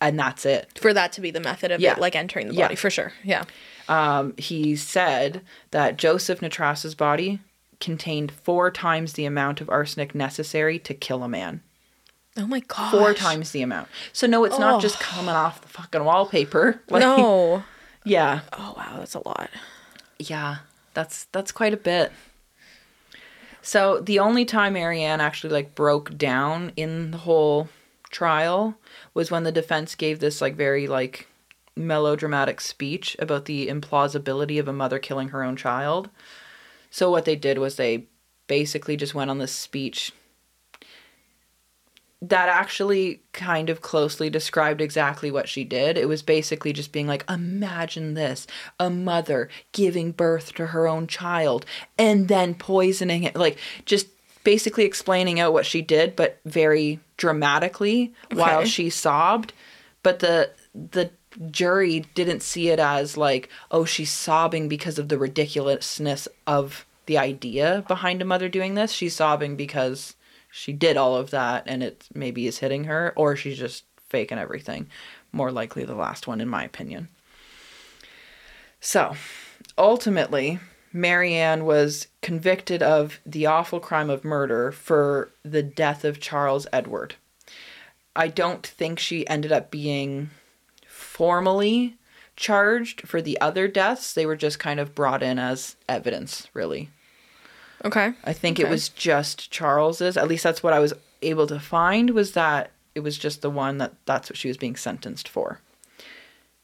S1: And that's it.
S2: for that to be the method of
S1: Yeah.
S2: it, like entering the
S1: Yeah.
S2: body for sure. Yeah.
S1: um, he said that Joseph Natras's body contained four times the amount of arsenic necessary to kill a man.
S2: Oh my god.
S1: Four times the amount. So no, it's not
S2: Oh.
S1: just coming off the fucking wallpaper. [laughs] Like,
S2: no.
S1: Yeah.
S2: Oh wow, that's a lot.
S1: Yeah. That's that's quite a bit. So the only time Marianne actually like broke down in the whole trial was when the defense gave this like very like melodramatic speech about the implausibility of a mother killing her own child. So what they did was they basically just went on this speech that actually kind of closely described exactly what she did. It was basically just being like, imagine this a mother giving birth to her own child and then poisoning it. Like, just basically explaining out what she did, but very dramatically while
S2: Okay.
S1: she sobbed. But the, the, jury didn't see it as like oh she's sobbing because of the ridiculousness of the idea behind a mother doing this she's sobbing because she did all of that and it maybe is hitting her or she's just faking everything more likely the last one in my opinion so ultimately marianne was convicted of the awful crime of murder for the death of charles edward i don't think she ended up being formally charged for the other deaths they were just kind of brought in as evidence really
S2: Okay.
S1: I think it
S2: Okay.
S1: was just Charles's. At least that's what I was able to find was that it was just the one that that's what she was being sentenced for.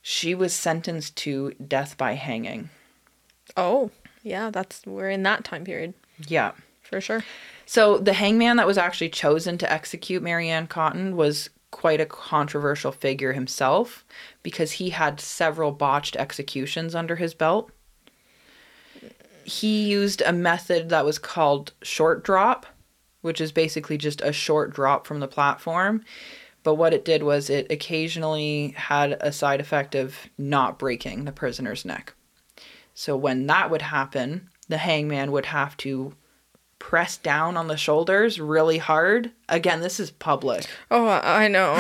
S1: She was sentenced to death by hanging.
S2: Oh, yeah, that's we're in that time period
S1: Yeah.
S2: for sure.
S1: So the hangman that was actually chosen to execute Marianne Cotton was quite a controversial figure himself because he had several botched executions under his belt. He used a method that was called short drop, which is basically just a short drop from the platform. But what it did was it occasionally had a side effect of not breaking the prisoner's neck. So when that would happen, the hangman would have to press down on the shoulders really hard. Again, this is public.
S2: Oh, I I know.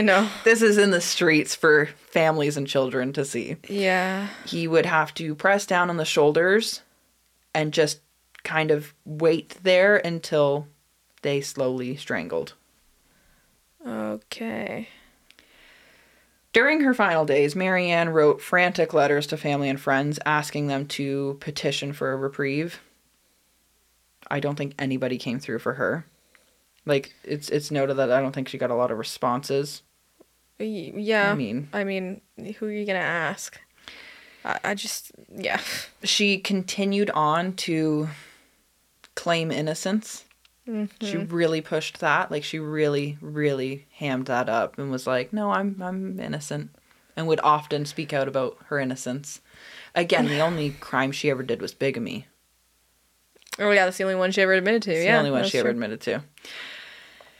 S1: [laughs]
S2: know.
S1: This is in the streets for families and children to see.
S2: Yeah.
S1: He would have to press down on the shoulders and just kind of wait there until they slowly strangled.
S2: Okay.
S1: During her final days, Marianne wrote frantic letters to family and friends asking them to petition for a reprieve. I don't think anybody came through for her. Like it's it's noted that I don't think she got a lot of responses.
S2: Y- Yeah.
S1: I mean,
S2: I mean, who are you gonna ask? I, I just yeah.
S1: she continued on to claim innocence. She
S2: Mm-hmm. Hmm.
S1: really pushed that. Like she really, really hammed that up and was like, "No, I'm I'm innocent," and would often speak out about her innocence. Again, the
S2: [sighs]
S1: only crime she ever did was bigamy.
S2: Oh yeah, that's the only one she ever admitted to.
S1: It's
S2: yeah,
S1: the only one
S2: that's
S1: she ever
S2: true.
S1: admitted to.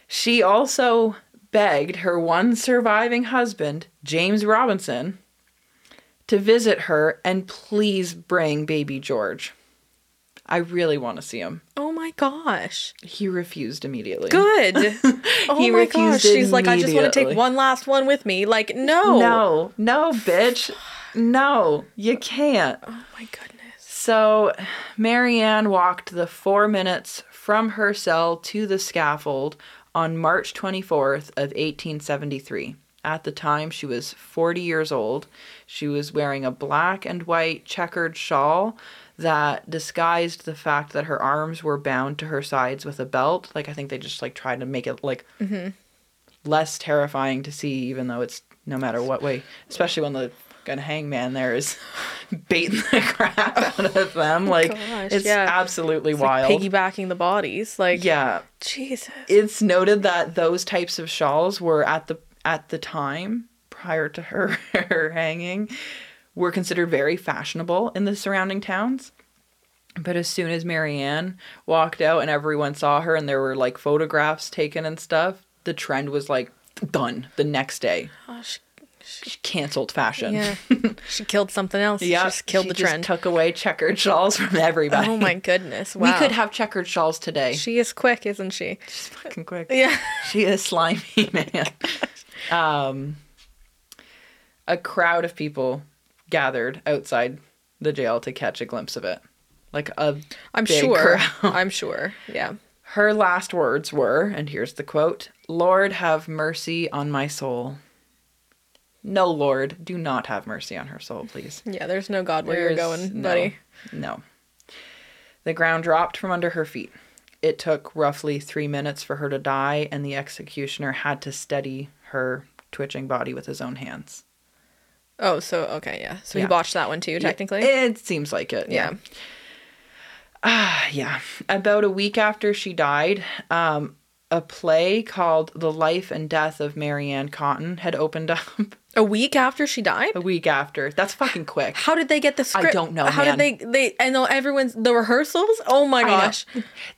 S1: She also begged her one surviving husband, James Robinson, to visit her and please bring baby George. I really want to see him.
S2: Oh my gosh.
S1: He refused immediately.
S2: Good. oh
S1: [laughs] He
S2: my
S1: refused
S2: gosh. She's like, I just want to
S1: immediately.
S2: take one last one with me. Like, no.
S1: No, no, bitch. No, you can't.
S2: Oh my goodness.
S1: So, Marianne walked the four minutes from her cell to the scaffold on March 24th of 1873. At the time, she was 40 years old. She was wearing a black and white checkered shawl that disguised the fact that her arms were bound to her sides with a belt. Like I think they just like tried to make it like less terrifying to see, even though it's no matter what way, especially when the fucking hangman there is [laughs] baiting the [laughs] crap out of them. Like
S2: Oh gosh,
S1: it's
S2: yeah.
S1: absolutely
S2: It's
S1: wild.
S2: Like piggybacking the bodies. Like,
S1: yeah,
S2: Jesus.
S1: it's noted that those types of shawls were at the at the time prior to her [laughs] her hanging were considered very fashionable in the surrounding towns. But as soon as Marianne walked out and everyone saw her and there were like photographs taken and stuff, the trend was like done the next day.
S2: Gosh.
S1: She canceled fashion. [laughs]
S2: Yeah. she killed something else.
S1: Yeah,
S2: She just killed
S1: she
S2: the
S1: just
S2: trend.
S1: took away checkered shawls from everybody.
S2: oh my
S1: [laughs]
S2: goodness.
S1: We
S2: Wow.
S1: could have checkered shawls today.
S2: She is quick, isn't she?
S1: She's fucking quick.
S2: Yeah.
S1: She is slimy, [laughs] man. um, a crowd of people gathered outside the jail to catch a glimpse of it. Like a
S2: I'm
S1: big
S2: sure.
S1: crowd.
S2: I'm sure. Yeah.
S1: Her last words were, and here's the quote Lord, have mercy on my soul. No, Lord, do not have mercy on her soul, please.
S2: Yeah, there's no God where you're
S1: There's
S2: going,
S1: no-
S2: buddy.
S1: No. The ground dropped from under her feet. It took roughly three minutes for her to die, and the executioner had to steady her twitching body with his own hands.
S2: Oh, so okay, yeah. So
S1: Yeah.
S2: he botched that one too, technically. Yeah.
S1: It seems like it. Ah, yeah. About a week after she died, um, a play called The Life and Death of Marianne Cotton had opened [laughs] up
S2: A week after she died?
S1: a week after. That's fucking quick.
S2: How did they get the script?
S1: don't know,
S2: How
S1: man.
S2: did they they and all- everyone's the rehearsals? Oh my
S1: I know.
S2: gosh.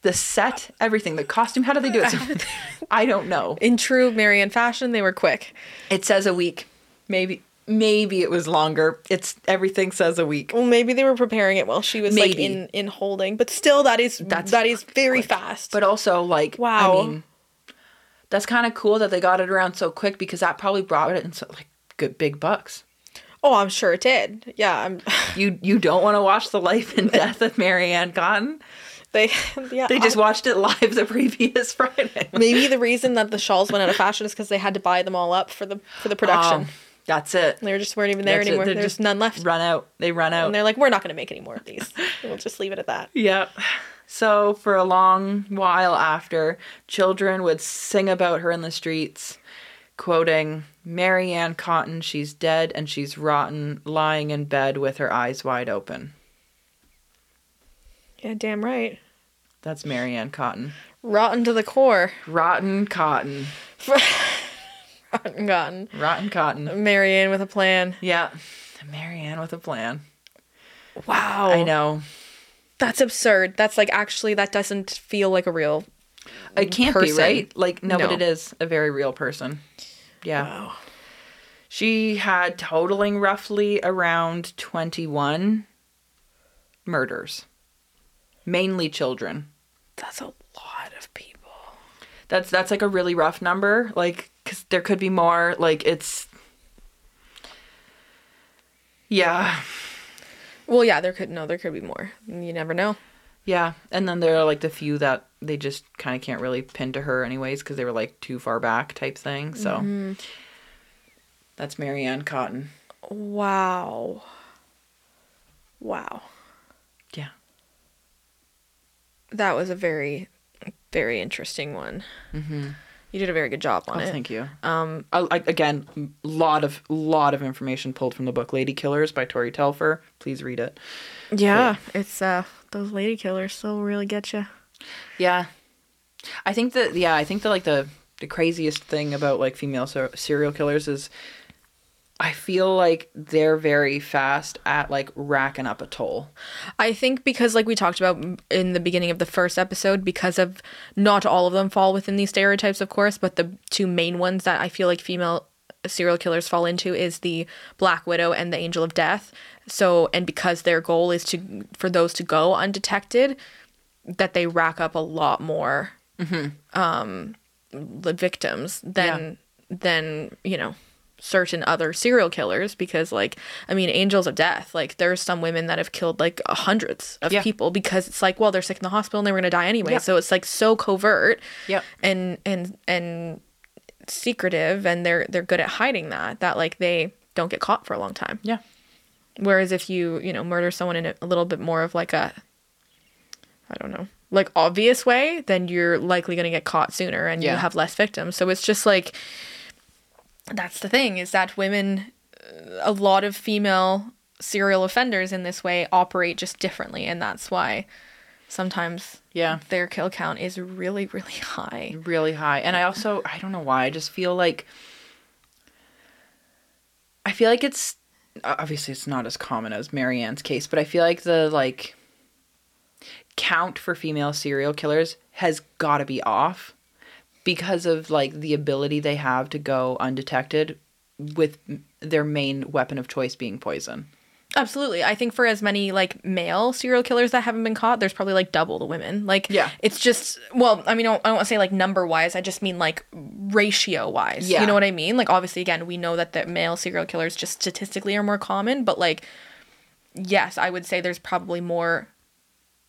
S1: The set, everything, the costume, how do they do
S2: [laughs]
S1: it? I don't know.
S2: In true Marianne fashion, they were quick.
S1: It says a week. Maybe maybe it was longer. It's everything says a week.
S2: Well, maybe they were preparing it while she was like
S1: Maybe.
S2: in in holding, but still that is
S1: That's
S2: that's that is very
S1: quick.
S2: fast.
S1: But also like wow.
S2: Wow.
S1: I mean that's kind of cool that they got it around so quick because that probably brought it in so like good big bucks.
S2: oh, I'm sure it did. Yeah, I'm [laughs]
S1: You you don't want to watch the life and death of Marianne Cotton?
S2: they [laughs] yeah.
S1: They just
S2: I-
S1: watched it live the previous [laughs] Friday.
S2: maybe the reason that the shawls went out of fashion is cuz they had to buy them all up for the for the production.
S1: Oh, that's it.
S2: they were just weren't even there
S1: That's it.
S2: anymore.
S1: They're
S2: There's
S1: just
S2: none left.
S1: Run out. They run out.
S2: And they're like, we're not going to make any more of these. we'll just leave it at that.
S1: Yep. So for a long while after, children would sing about her in the streets, quoting Mary Ann Cotton, she's dead and she's rotten, lying in bed with her eyes wide open.
S2: Yeah, damn right.
S1: That's Mary Ann Cotton.
S2: Rotten to the core. [laughs]
S1: Rotten cotton.
S2: Rotten gotten.
S1: Rotten cotton.
S2: Marianne with a plan.
S1: Yeah. Mary Ann with a plan.
S2: Wow.
S1: I know.
S2: That's absurd. That's like actually, that doesn't feel like a real.
S1: It can't
S2: Person.
S1: be right. Like no, but
S2: No.
S1: it is a very real person. Yeah.
S2: Wow.
S1: She had totaling roughly around 21 murders, mainly children.
S2: That's a lot of people.
S1: That's that's like a really rough number, like cuz there could be more, like it's Yeah.
S2: Well, yeah, there could, no, there could be more. You never know.
S1: Yeah, and then there are like the few that they just kind of can't really pin to her anyways cuz they were like too far back type thing. So That's Marianne Cotton.
S2: Wow. Wow.
S1: Yeah.
S2: That was a very, very interesting one. Mm-hmm. You did a very good job on
S1: Oh,
S2: it.
S1: thank you.
S2: um,
S1: I, I- again, lot of lot of information pulled from the book Lady Killers by Tori Telfer. Please read it.
S2: yeah, it's uh, those lady killers still really get you.
S1: Yeah, I think that yeah, I think that like the the craziest thing about like female ser- serial killers is I feel like they're very fast at like racking up a toll.
S2: I think because, like we talked about in the beginning of the first episode, because of not all of them fall within these stereotypes, of course, but the two main ones that I feel like female serial killers fall into is the Black Widow and the Angel of Death. So, and because their goal is to for those to go undetected, that they rack up a lot more
S1: Mm-hmm.
S2: um, the victims than than you know certain other serial killers because like I mean angels of death like there's some women that have killed like hundreds of
S1: Yeah.
S2: people because it's like well they're sick in the hospital and they were gonna die anyway
S1: Yeah.
S2: so it's like so covert
S1: Yeah.
S2: and and and secretive and they're they're good at hiding that that like they don't get caught for a long time
S1: Yeah,
S2: Whereas if you, you know, murder someone in a, a little bit more of like a, I don't know, like obvious way, then you're likely going to get caught sooner and
S1: Yeah.
S2: you have less victims. So it's just like, that's the thing is that women, uh, a lot of female serial offenders in this way operate just differently. And that's why sometimes
S1: yeah,
S2: their kill count is really, really high.
S1: really high. And I also I don't know why I just feel like I feel like it's obviously it's not as common as Marianne's case, but I feel like the like count for female serial killers has got to be off because of like the ability they have to go undetected with their main weapon of choice being poison.
S2: Absolutely. I think for as many like male serial killers that haven't been caught, there's probably like double the women. Like
S1: Yeah.
S2: it's just well, I mean I don't, I don't want to say like number wise, I just mean like ratio wise.
S1: Yeah.
S2: You know what I mean? Like obviously again, we know that the male serial killers just statistically are more common, but like yes, I would say there's probably more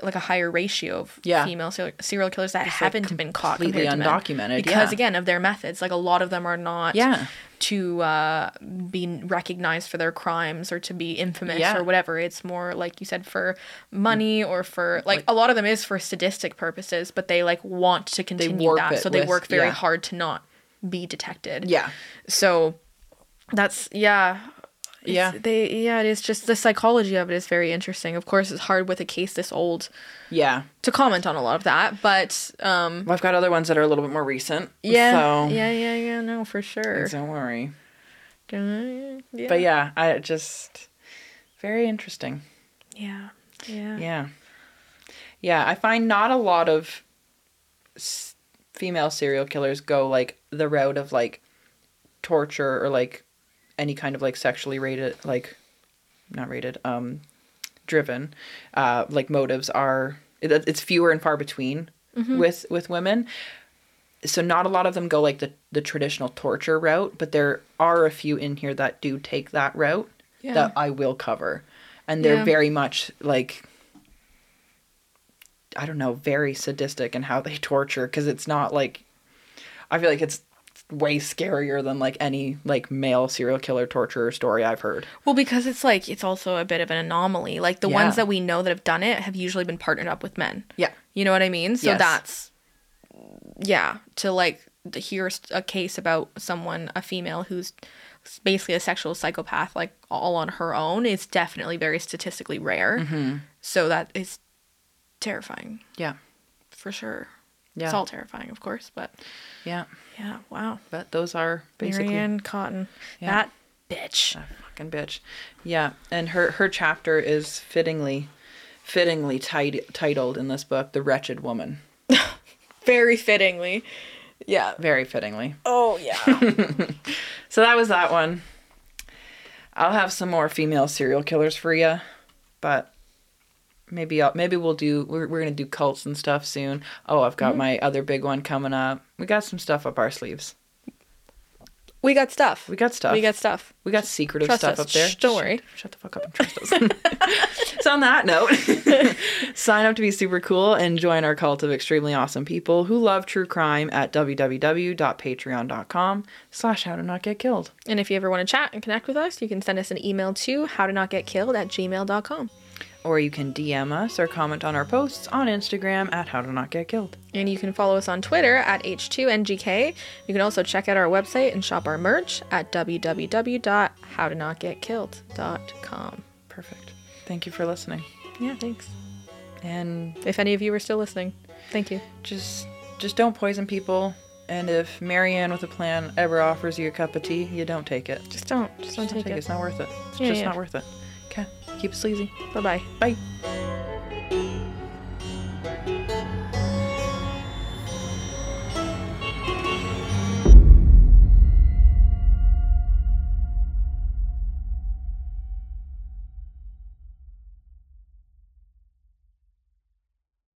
S2: like a higher ratio of
S1: Yeah.
S2: female ser- serial killers that
S1: like,
S2: haven't been caught
S1: completely
S2: compared to men.
S1: undocumented,
S2: because
S1: yeah.
S2: again of their methods like a lot of them are not
S1: Yeah.
S2: to uh, be recognized for their crimes or to be infamous
S1: Yeah.
S2: or whatever. It's more like you said for money or for like, a lot of them is for sadistic purposes, but they like want to continue
S1: warp
S2: that,
S1: it
S2: so they
S1: with-
S2: work very
S1: yeah.
S2: hard to not be detected.
S1: Yeah.
S2: So that's yeah. It's-
S1: Yeah.
S2: They yeah, it is just the psychology of it is very interesting. Of course, it's hard with a case this old
S1: Yeah.
S2: to comment on a lot of that, but um
S1: Well, I've got other ones that are a little bit more recent.
S2: yeah,
S1: So
S2: yeah, yeah, yeah, no, for sure.
S1: don't worry.
S2: Yeah.
S1: But yeah, I just very interesting.
S2: yeah, yeah.
S1: Yeah. Yeah, I find not a lot of s- female serial killers go like the route of like torture or like any kind of like sexually rated like not rated um driven uh like motives are it, it's fewer and far between with with women so not a lot of them go like the the traditional torture route but there are a few in here that do take that route
S2: Yeah.
S1: that I will cover and they're
S2: Yeah.
S1: very much like I don't know, very sadistic in how they [laughs] torture because it's not like I feel like it's way scarier than like any like male serial killer torturer story I've heard.
S2: Well, because it's like it's also a bit of an anomaly. Like the
S1: Yeah.
S2: ones that we know that have done it have usually been partnered up with men.
S1: Yeah.
S2: You know what I mean? So
S1: Yes.
S2: that's yeah. To like to hear s- a case about someone, a female who's s- basically a sexual psychopath, like all on her own, is definitely very statistically rare.
S1: Mm-hmm.
S2: So that is terrifying
S1: Yeah.
S2: for sure.
S1: Yeah.
S2: It's all terrifying, of course, but
S1: Yeah.
S2: yeah. Wow.
S1: But those are basically
S2: Marianne Cotton,
S1: Yeah.
S2: that bitch.
S1: that fucking bitch. Yeah. And her her chapter is fittingly fittingly tit- titled in this book The Wretched Woman.
S2: Very fittingly. Yeah.
S1: Very fittingly.
S2: Oh yeah.
S1: So that was that one. I'll have some more female serial killers for you, but maybe I'll, maybe we'll do we're, we're gonna do cults and stuff soon. Oh, I've
S2: Mm-hmm.
S1: got my other big one coming up. We got some stuff up our sleeves.
S2: [laughs] we got stuff.
S1: We got stuff.
S2: We got stuff.
S1: we got secretive
S2: Trust
S1: stuff
S2: us.
S1: up there.
S2: Shh, don't worry.
S1: Shut, shut the fuck up and trust us. [laughs] so on that note, [laughs] sign up to be super cool and join our cult of extremely awesome people who love true crime at www.patreon.com slash how to not get killed.
S2: And if you ever want to chat and connect with us, you can send us an email to how to not get killed at gmail.com.
S1: or you can DM us or comment on our posts on Instagram at How to Not Get Killed.
S2: And you can follow us on Twitter at H2NGK. You can also check out our website and shop our merch at www.howtonotgetkilled.com.
S1: Perfect. Thank you for listening,
S2: Yeah, thanks.
S1: and
S2: If any of you are still listening, thank you.
S1: just just don't poison people. And if Marianne with a plan ever offers you a cup of tea, you don't take it.
S2: Just don't. Just don't
S1: Don't
S2: take
S1: take it.
S2: it.
S1: It's not worth it. It's
S2: Yeah,
S1: just
S2: yeah.
S1: not worth it. Okay. Keep it sleazy.
S2: Bye bye.
S1: Bye.